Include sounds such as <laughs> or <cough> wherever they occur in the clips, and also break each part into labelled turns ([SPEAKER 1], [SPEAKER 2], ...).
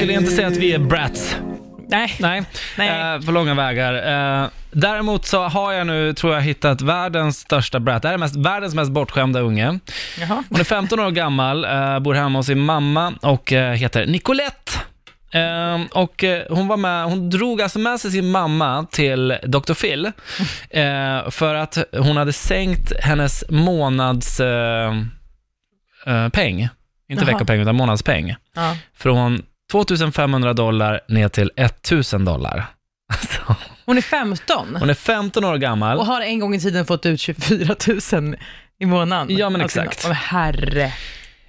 [SPEAKER 1] vill inte säga att vi är brats.
[SPEAKER 2] Nej.
[SPEAKER 1] Nej,
[SPEAKER 2] Nej.
[SPEAKER 1] Eh, på långa vägar. Eh, däremot så har jag nu, tror jag, hittat världens största brat. Det här är mest, världens mest bortskämda unge.
[SPEAKER 2] Jaha.
[SPEAKER 1] Hon är 15 år gammal, eh, bor hemma hos sin mamma och eh, heter Nicolette. Eh, och eh, hon var med, hon drog alltså med sig sin mamma till Dr. Phil eh, för att hon hade sänkt hennes månads eh, eh, peng, inte
[SPEAKER 2] Jaha.
[SPEAKER 1] veckopeng utan månadspeng,
[SPEAKER 2] Ja.
[SPEAKER 1] från 2500 dollar ner till 1000 dollar. Alltså,
[SPEAKER 2] Hon är 15
[SPEAKER 1] hon är 15 år gammal.
[SPEAKER 2] och har en gång i tiden fått ut 24 000 i månaden.
[SPEAKER 1] Ja, men
[SPEAKER 2] Av sina-
[SPEAKER 1] exakt.
[SPEAKER 2] Åh, herre.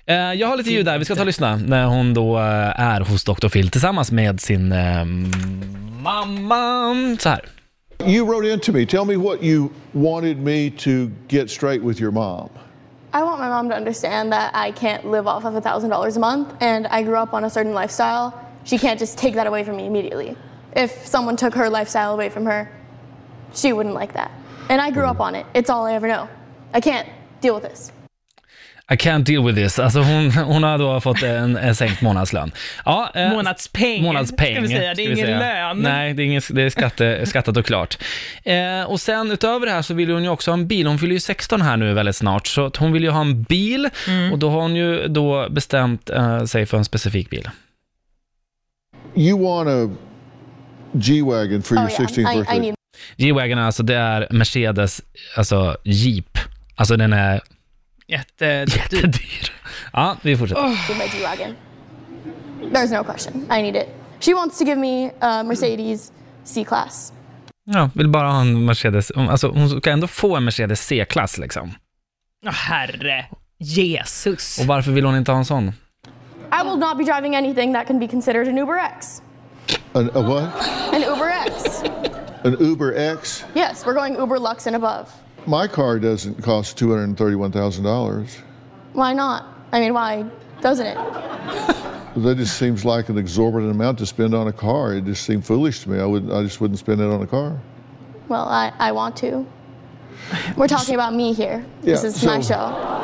[SPEAKER 1] Eh, Jag har lite ljud där, vi ska ta och lyssna när hon då eh, är hos Dr. Phil tillsammans med sin eh, mamma. Så här.
[SPEAKER 3] You wrote into me. Tell me what you wanted me to get straight with your mom.
[SPEAKER 4] I want my mom to understand that I can't live off of $1,000 a month and I grew up on a certain lifestyle. She can't just take that away from me immediately. If someone took her lifestyle away from her, she wouldn't like that. And I grew up on it. It's all I ever know. I can't deal with this.
[SPEAKER 1] I can't deal with this. Alltså hon, hon har då fått en, en sänkt månadslön. Ja, eh,
[SPEAKER 2] Månadspeng.
[SPEAKER 1] Månadspeng.
[SPEAKER 2] Ska vi säga. Det är
[SPEAKER 1] ska vi
[SPEAKER 2] ingen
[SPEAKER 1] säga.
[SPEAKER 2] lön.
[SPEAKER 1] Nej, det är, ingen, det är skatte, skattat och klart. Eh, och sen utöver det här så vill hon ju också ha en bil. Hon fyller ju 16 här nu väldigt snart, så att hon vill ju ha en bil
[SPEAKER 2] Mm.
[SPEAKER 1] och då har hon ju då bestämt eh, sig för en specifik bil.
[SPEAKER 3] You want a G Wagon for your
[SPEAKER 4] oh,
[SPEAKER 3] 16th
[SPEAKER 4] yeah.
[SPEAKER 3] birthday.
[SPEAKER 4] I, I need
[SPEAKER 1] G-Wagon, alltså det är Mercedes, alltså Jeep. Alltså den är
[SPEAKER 2] Jättedyrt.
[SPEAKER 1] jättedyr. Ja, vi fortsätter.
[SPEAKER 4] my G Wagon. There's no question. I need it. She wants to give me a Mercedes C Class.
[SPEAKER 1] Ja, vill bara ha en Mercedes, alltså hon ska ändå få en Mercedes C-klass liksom.
[SPEAKER 2] Åh, herre. Jesus.
[SPEAKER 1] Och varför vill hon inte ha en sån?
[SPEAKER 4] I will not be driving anything that can be considered an Uber X.
[SPEAKER 3] An, a what?
[SPEAKER 4] An Uber X.
[SPEAKER 3] An Uber X?
[SPEAKER 4] Yes, we're going Uber Lux and above.
[SPEAKER 3] My car doesn't cost $231,000.
[SPEAKER 4] Why not? I mean, why doesn't it?
[SPEAKER 3] That just seems like an exorbitant amount to spend on a car. It just seemed foolish to me. I wouldn't. I just wouldn't spend it on a car.
[SPEAKER 4] Well, I, I want to. We're talking about me here. this
[SPEAKER 3] Yeah,
[SPEAKER 4] is my
[SPEAKER 3] so-
[SPEAKER 4] show.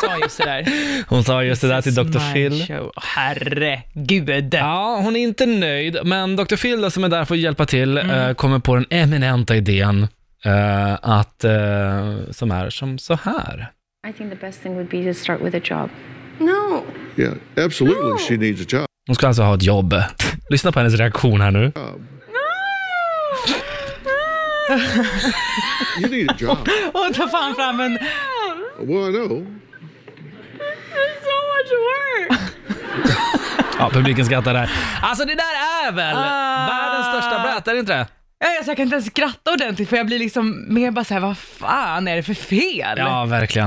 [SPEAKER 2] sa just det <laughs> där.
[SPEAKER 1] Hon sa just det där till
[SPEAKER 2] This is
[SPEAKER 1] Dr.
[SPEAKER 2] my
[SPEAKER 1] Phil.
[SPEAKER 2] show. Åh, Herregud.
[SPEAKER 1] Ja, hon är inte nöjd, men Dr. Phil då, som är där för att hjälpa till
[SPEAKER 2] Mm.
[SPEAKER 1] eh, kommer på den eminenta idén eh, att, eh, som är som så här.
[SPEAKER 5] I think the best thing would be to start with a job.
[SPEAKER 4] No.
[SPEAKER 3] Yeah, absolutely. She needs a job.
[SPEAKER 1] Hon ska alltså ha ett
[SPEAKER 2] <laughs>
[SPEAKER 1] jobb. Lyssna på hennes reaktion här nu.
[SPEAKER 3] You need a
[SPEAKER 4] <laughs>
[SPEAKER 3] job.
[SPEAKER 2] Och ta fan fram en...
[SPEAKER 3] well, I know.
[SPEAKER 1] Ja, publiken skrattar där. Alltså det där är väl
[SPEAKER 2] Ah.
[SPEAKER 1] världens största brat, är det inte det?
[SPEAKER 2] Ja, Alltså, jag kan inte ens skratta ordentligt för jag blir liksom mer bara såhär, vad fan är det för fel?
[SPEAKER 1] Ja, verkligen.